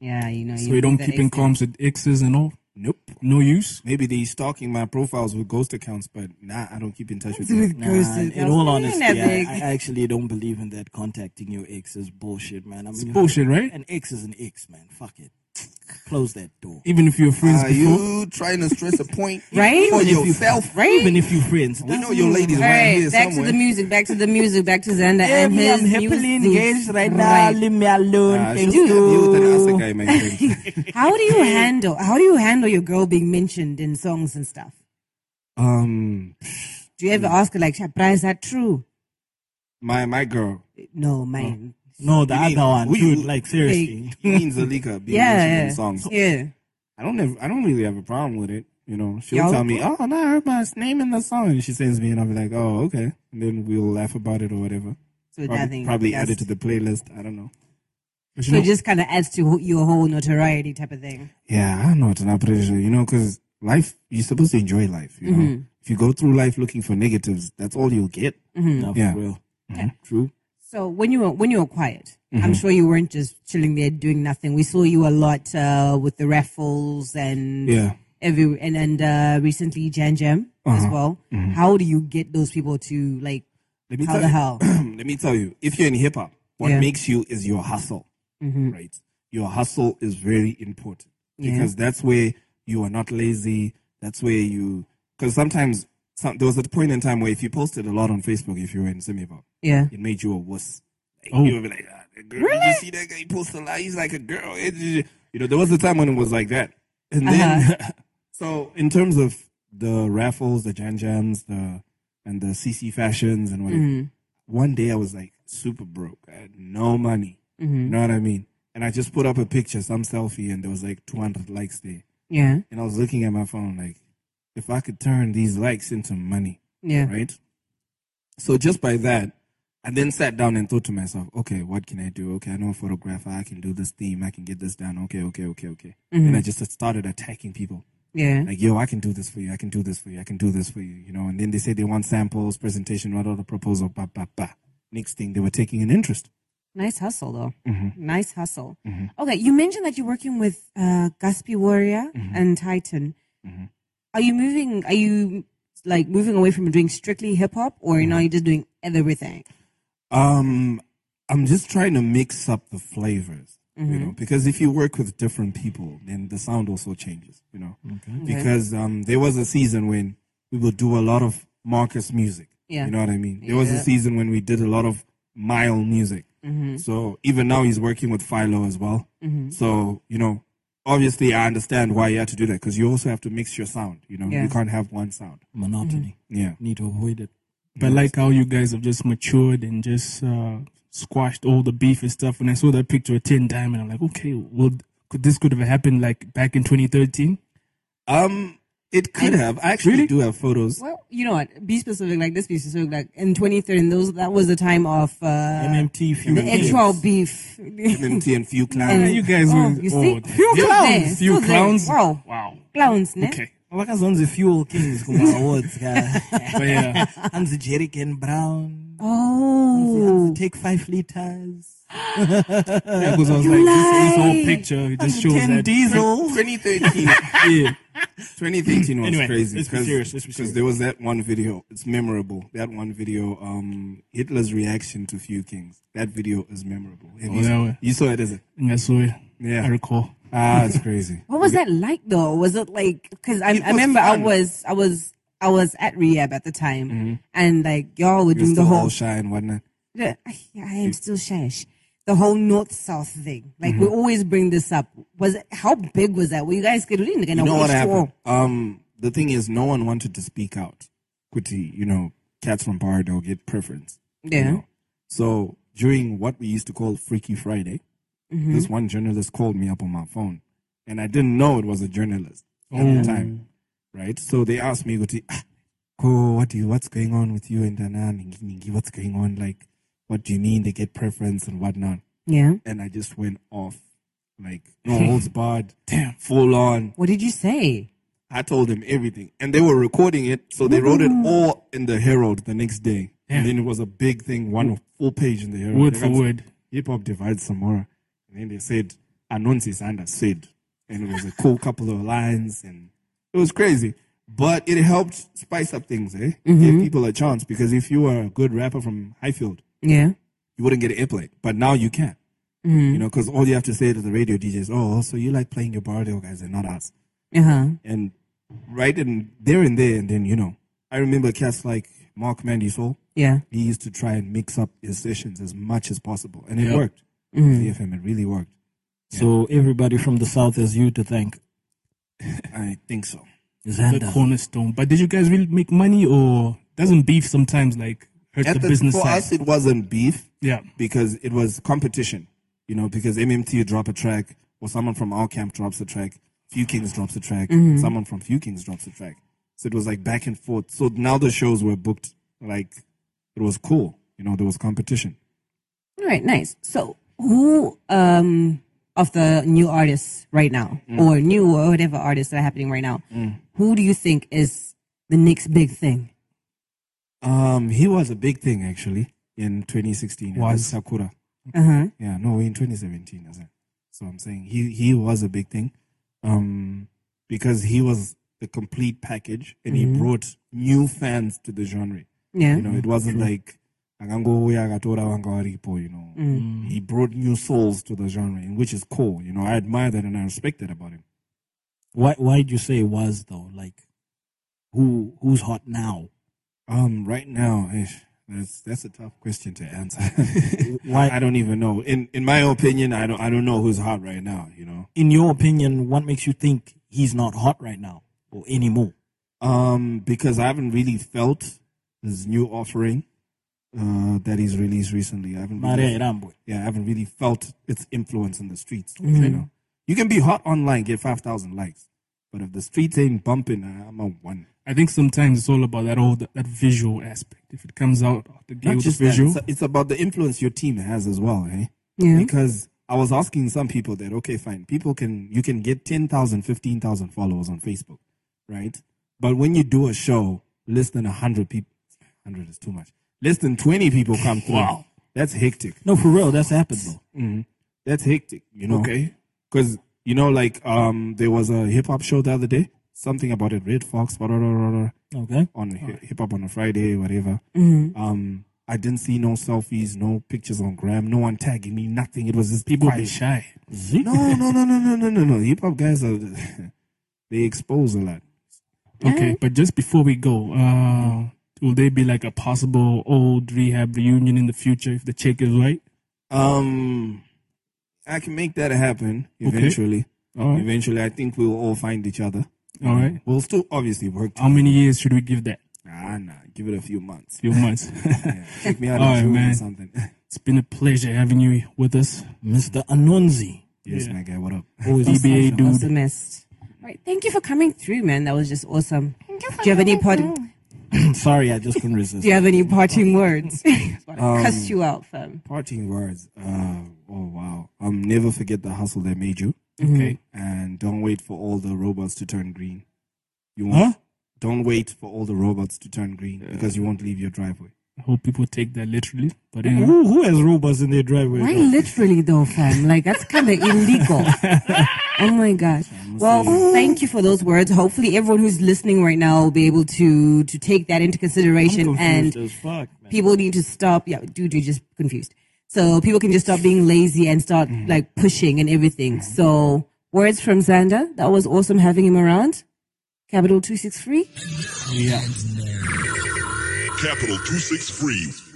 S2: Yeah, you know.
S1: so you don't keep in comms with exes and all.
S4: Nope.
S1: No use.
S4: Maybe they stalking my profiles with ghost accounts, but nah, I don't keep in touch with them.
S2: With ghosts
S3: Nah,
S2: and
S3: in all
S2: stuff. You ain't
S3: honesty,
S2: that
S3: I,
S2: big.
S3: I actually don't believe in that contacting your ex is bullshit, man. I mean, you-
S1: Bullshit, right?
S3: An ex is an ex, man. Fuck it. Close that door.
S1: Even if you're friends
S4: Are
S1: before.
S4: Uh, you trying to stress a point
S2: Right?
S4: for
S2: Even if you-
S4: yourself?
S2: Right?
S3: Even if you're friends.
S4: We know your ladies
S2: All
S4: right,
S2: right,
S4: here
S2: back
S4: somewhere.
S2: to the music. Back to the music. Back to Xander
S3: Yeah,
S2: and
S3: me,
S2: his
S3: I'm happily
S2: music.
S3: engaged right now. Leave me alone.
S4: Ah,
S3: Thank
S4: she's got you with an
S3: you.
S4: Asa guy, my friend.
S2: How do you handle? How do you handle your girl being mentioned in songs and stuff?
S4: um,
S2: Do you ever ask her like, "Shapra, is that true?"
S4: my my girl.
S2: No, mine.
S3: No, the
S4: You
S3: other
S4: mean-
S3: one,
S4: we-
S3: dude. Like seriously,
S2: Like-
S4: He means Alika being
S2: Yeah,
S4: mentioned
S2: yeah,
S4: in songs.
S2: yeah.
S4: I don't have, I don't really have a problem with it. You know, she'll
S2: Y'all-
S4: tell me, "Oh, no, I heard my name in the song," and she sends me, and I'll be like, "Oh, okay." And then we'll laugh about it or whatever.
S2: So
S4: Probably,
S2: nothing.
S4: probably
S2: that's-
S4: add it to the playlist. I don't know.
S1: But you
S2: So
S1: know,
S2: it just kind of adds to who- your whole notoriety type of thing.
S4: Yeah, I'm not an operator, you know, because life, you're supposed to enjoy life, you know.
S2: Mm-hmm.
S4: If you go through life looking for negatives, that's all you'll get.
S3: no,
S4: Yeah.
S3: for real.
S4: True.
S2: So when you were when you were quiet,
S4: Mm-hmm.
S2: I'm sure you weren't just chilling there doing nothing. We saw you a lot uh, with the raffles and
S4: Yeah.
S2: every and and uh, recently Jan Jam
S4: Uh-huh.
S2: as well.
S4: Mm-hmm.
S2: How do you get those people to like?
S4: Let me
S2: How
S4: tell
S2: the
S4: you,
S2: hell?
S4: Let me tell you, if you're in hip hop, what
S2: Yeah.
S4: makes you is your hustle,
S2: Mm-hmm.
S4: right? Your hustle is very important
S2: Yeah.
S4: because that's where you are not lazy. That's where you, because sometimes some, there was a point in time where if you posted a lot on Facebook, if you were in Semibop,
S2: Yeah,
S4: it made you a wuss. Like,
S1: Oh.
S4: You would be like, ah, that girl, did you see that guy He post a lot? He's like a girl. It- it- it- You know, there was a time when it was like that. And then, so in terms of the raffles, the Jan Jams, the, and the CC fashions and
S2: Mm.
S4: whatever,
S2: Mm-hmm.
S4: one day I was like super broke. I had no money.
S2: Mm-hmm.
S4: You know what I mean? And I just put up a picture, some selfie, and there was like 200 likes there.
S2: yeah,
S4: And I was looking at my phone like, if I could turn these likes into money,
S2: yeah.
S4: right? So just by that, I then sat down and thought to myself, okay, what can I do? Okay, I know a photographer. I can do this theme. I can get this done. Okay, okay, okay, okay. And
S2: Mm.
S4: I just started attacking people.
S2: Mm-hmm. Yeah.
S4: Like, yo, I can do this for you. I can do this for you. I can do this for you. You know, and then they say they want samples, presentation, what other proposal, ba, ba, ba. Next thing, they were taking an interest.
S2: Nice hustle, though.
S1: Mm-hmm.
S2: Nice hustle. Okay, you mentioned that you're working with uh, Gusby Warrior
S1: Mm-hmm.
S2: and Titan. Are you moving? Are you like moving away from doing strictly hip hop, or you
S1: Mm-hmm.
S2: know, you're just doing everything?
S4: Um, I'm just trying to mix up the flavors,
S2: Mm-hmm.
S4: you know, because if you work with different people, then the sound also changes, you know. Because um, there was a season when we would do a lot of Marcus music.
S2: Yeah.
S4: You know what I mean? There was a
S2: Yeah.
S4: season when we did a lot of Mile music.
S2: Mm-hmm.
S4: So even now he's working with Philo as well. So, you know, obviously I understand why you have to do that because you also have to mix your sound, you know,
S2: Yeah.
S4: you can't have one sound.
S3: monotony.
S4: Yeah.
S3: Need to avoid it.
S1: but like how you guys have just matured and just uh, squashed all the beef and stuff. When I saw that picture of Tin Diamond, I'm like, okay, well, could this could have happened like back in 2013?
S4: Um, it could have. I actually
S1: Really?
S4: do have photos.
S2: Well, you know what? Be specific. Like this, be specific. Like in 2013, those that was the time of uh,
S3: MMT few
S2: the
S3: minutes.
S2: actual beef.
S4: MMT and few
S1: Yeah,
S4: clowns.
S1: you guys
S2: Oh,
S1: were
S2: you
S1: oh,
S2: see?
S1: the-
S2: Few
S1: yeah.
S2: clowns.
S1: few
S2: Still there.
S1: clowns.
S2: Wow.
S1: Wow.
S2: Clowns, ne?
S1: Okay,
S3: Vakazonzi fuel kings kuma awards ka.
S1: but yeah,
S3: Anzi Jerrycan Brown.
S2: Oh,
S3: Anzi take five liters.
S1: yeah, because I was like, this, this whole picture it just
S3: Anzi
S1: shows
S3: ten
S1: that.
S3: diesel.
S4: 2013.
S1: Yeah.
S4: 2013 was
S3: Anyway,
S4: crazy
S3: let's be serious, let's be serious.
S4: because there was that one video. It's memorable. That one video, um, Hitler's reaction to Few Kings. That video is memorable.
S3: Oh,
S4: Have you,
S1: yeah,
S4: you saw it, is it?
S1: And I saw it.
S4: Yeah.
S1: I recall.
S4: Ah, it's crazy.
S2: What was that like though? Was it like because I,
S4: It
S2: I
S4: was
S2: remember I
S4: fun.
S2: was I was I was at rehab at the time and like y'all were
S4: You're
S2: doing
S4: still
S2: the
S4: all
S2: whole
S4: shy and whatnot.
S2: I, I am still shash the whole north south thing. Like
S4: Mm-hmm.
S2: we always bring this up. Was it, how big was that? Were you guys getting
S4: You know what happened? Um, the thing is, no one wanted to speak out. Kuti, you know, cats from Pardo get preference. you
S2: Yeah.
S4: know. So during what we used to call Freaky Friday,
S2: Mm-hmm.
S4: this one journalist called me up on my phone, and I didn't know it was a journalist at the time, right? So they asked me, Kuti, "Ah, Ko, what do you, what's going on with you and Dana? Ningi, Ningi, what's going on? Like, what do you mean they get preference and whatnot?
S2: Yeah.
S4: And I just went off, like, no holds barred, damn, full on.
S2: What did you say?
S4: I told them everything, and they were recording it, so they wrote it all in the Herald the next day. And then it was a big thing, one full page in the Herald.
S1: Word
S4: They
S1: for
S4: got-
S1: word.
S4: Hip hop divides Samora, and then they said Anonsi Sander said, and it was a cool couple of lines, and it was crazy. But it helped spice up things, eh?
S1: Mm-hmm.
S4: Give people a chance because if you were a good rapper from Highfield,
S2: Yeah.
S4: you wouldn't get an airplay, but now you can.
S1: Mm-hmm.
S4: You know, because all you have to say to the radio DJs, "Oh, so you like playing your Barrio guys and not us."
S2: Uh huh.
S4: and right and there and there and then you know i remember cats like mark mandy soul
S2: Yeah.
S4: he used to try and mix up his sessions as much as possible and it worked
S1: Mm.
S4: the fm it really worked
S6: So everybody from the south has you to thank.
S4: i think so
S1: The cornerstone. But did you guys really make money or doesn't beef sometimes like hurt
S4: At
S1: the,
S4: the-
S1: business
S4: for
S1: side?
S4: us it wasn't beef
S1: Yeah.
S4: because it was competition you know because mmt drop a track or someone from our camp drops a track few kings drops a track
S1: Mm-hmm.
S4: someone from few kings drops a track so it was like back and forth so now the shows were booked like it was cool you know there was competition
S2: All right. Nice. So who um of the new artists right now or new or whatever artists that are happening right now, who do you think is the next big thing?
S4: Um, he was a big thing actually in 2016. It
S1: Was.
S4: Sakura?
S2: Uh huh.
S4: Yeah, no, we're in 2017. That's it. So I'm saying he he was a big thing, um, because he was the complete package and he brought new fans to the genre.
S2: Yeah.
S4: You know, it wasn't like "Akangoya katora wangawaripo," you
S2: Mm.
S4: know. He brought new souls to the genre, and which is cool. You know, I admire that and I respect that about him.
S6: Why why do you say was though? Like who who's hot now?
S4: Um, right now, eh, that's that's a tough question to answer.
S6: Why-
S4: Why I don't even know. In in my opinion, I don't I don't know who's hot right now. You know,
S6: In your opinion, what makes you think he's not hot right now or anymore?
S4: um, because I haven't really felt his new offering uh, that he's released recently. I haven't really,
S6: Mare Rambwe.
S4: yeah, I haven't really felt its influence in the streets. You know, you can be hot online, get five thousand likes, but if the streets ain't bumping, I- I'm a one.
S1: I think sometimes it's all about that all that, that visual aspect. If it comes out of the
S4: Not
S1: gate with the
S4: just that,
S1: visual,
S4: it's, it's about the influence your team has as well, eh?
S2: Yeah.
S4: because I was asking some people that, okay, fine, people can, you can get 10,000, 15,000 followers on Facebook, right? But when you do a show, less than 100 people, 100 is too much, less than 20 people come through. wow. Mm-hmm. That's hectic.
S6: No, for real, that's happened though.
S4: That's hectic, you know? Because, you know, like, um, there was a hip hop show the other day, something about it, Red Fox, blah, blah, blah, blah, blah
S6: Okay.
S4: on hi- hip hop on a Friday, whatever.
S2: Mm.
S4: Um, I didn't see no selfies, no pictures on gram, no one tagging me, nothing. It was just people
S1: be shy.
S4: No, no, no, no, no, no, no, no. Hip hop guys are they expose a lot.
S1: Okay, but just before we go, uh, will there be like a possible old rehab reunion in the future if the check is right?
S4: Um, I can make that happen eventually.
S1: All right.
S4: Eventually, I think we'll all find each other.
S1: All right.
S4: We'll still obviously work.
S1: How many years should we give that?
S4: Nah, nah. Give it a few months.
S1: Few months.
S4: Yeah, Take me out
S1: All
S4: of
S1: right,
S4: June or
S1: man.
S4: something.
S1: it's been a pleasure having you with us,
S6: Mr. Anonzi.
S4: yes, my guy. What up?
S6: Who is
S1: DBA dude.
S2: Awesomest. All right. Thank you for coming through, man. That was just awesome. Do you have any part? Do
S6: Sorry, I just couldn't resist.
S2: you have any parting words? I cussed you out, fam.
S4: Parting words. Uh, oh wow. Um, never forget the hustle that made you.
S1: Okay.
S4: and don't wait for all the robots to turn green. You won't. Don't wait for all the robots to turn green because you won't leave your driveway.
S1: I hope people take that literally. But anyway,
S6: Who, who has robots in their driveway?
S2: Why
S6: though?
S2: literally though, fam? Like that's kind of illegal. oh my gosh. Well, thank you for those words. Hopefully, everyone who's listening right now will be able to to take that into consideration and
S6: Confused as fuck, man.
S2: people need to stop. Yeah, dude, you're just confused. So people can just stop being lazy and start like pushing and everything. So words from Xander. That was awesome having him around. Capital two six three.
S5: Capital 263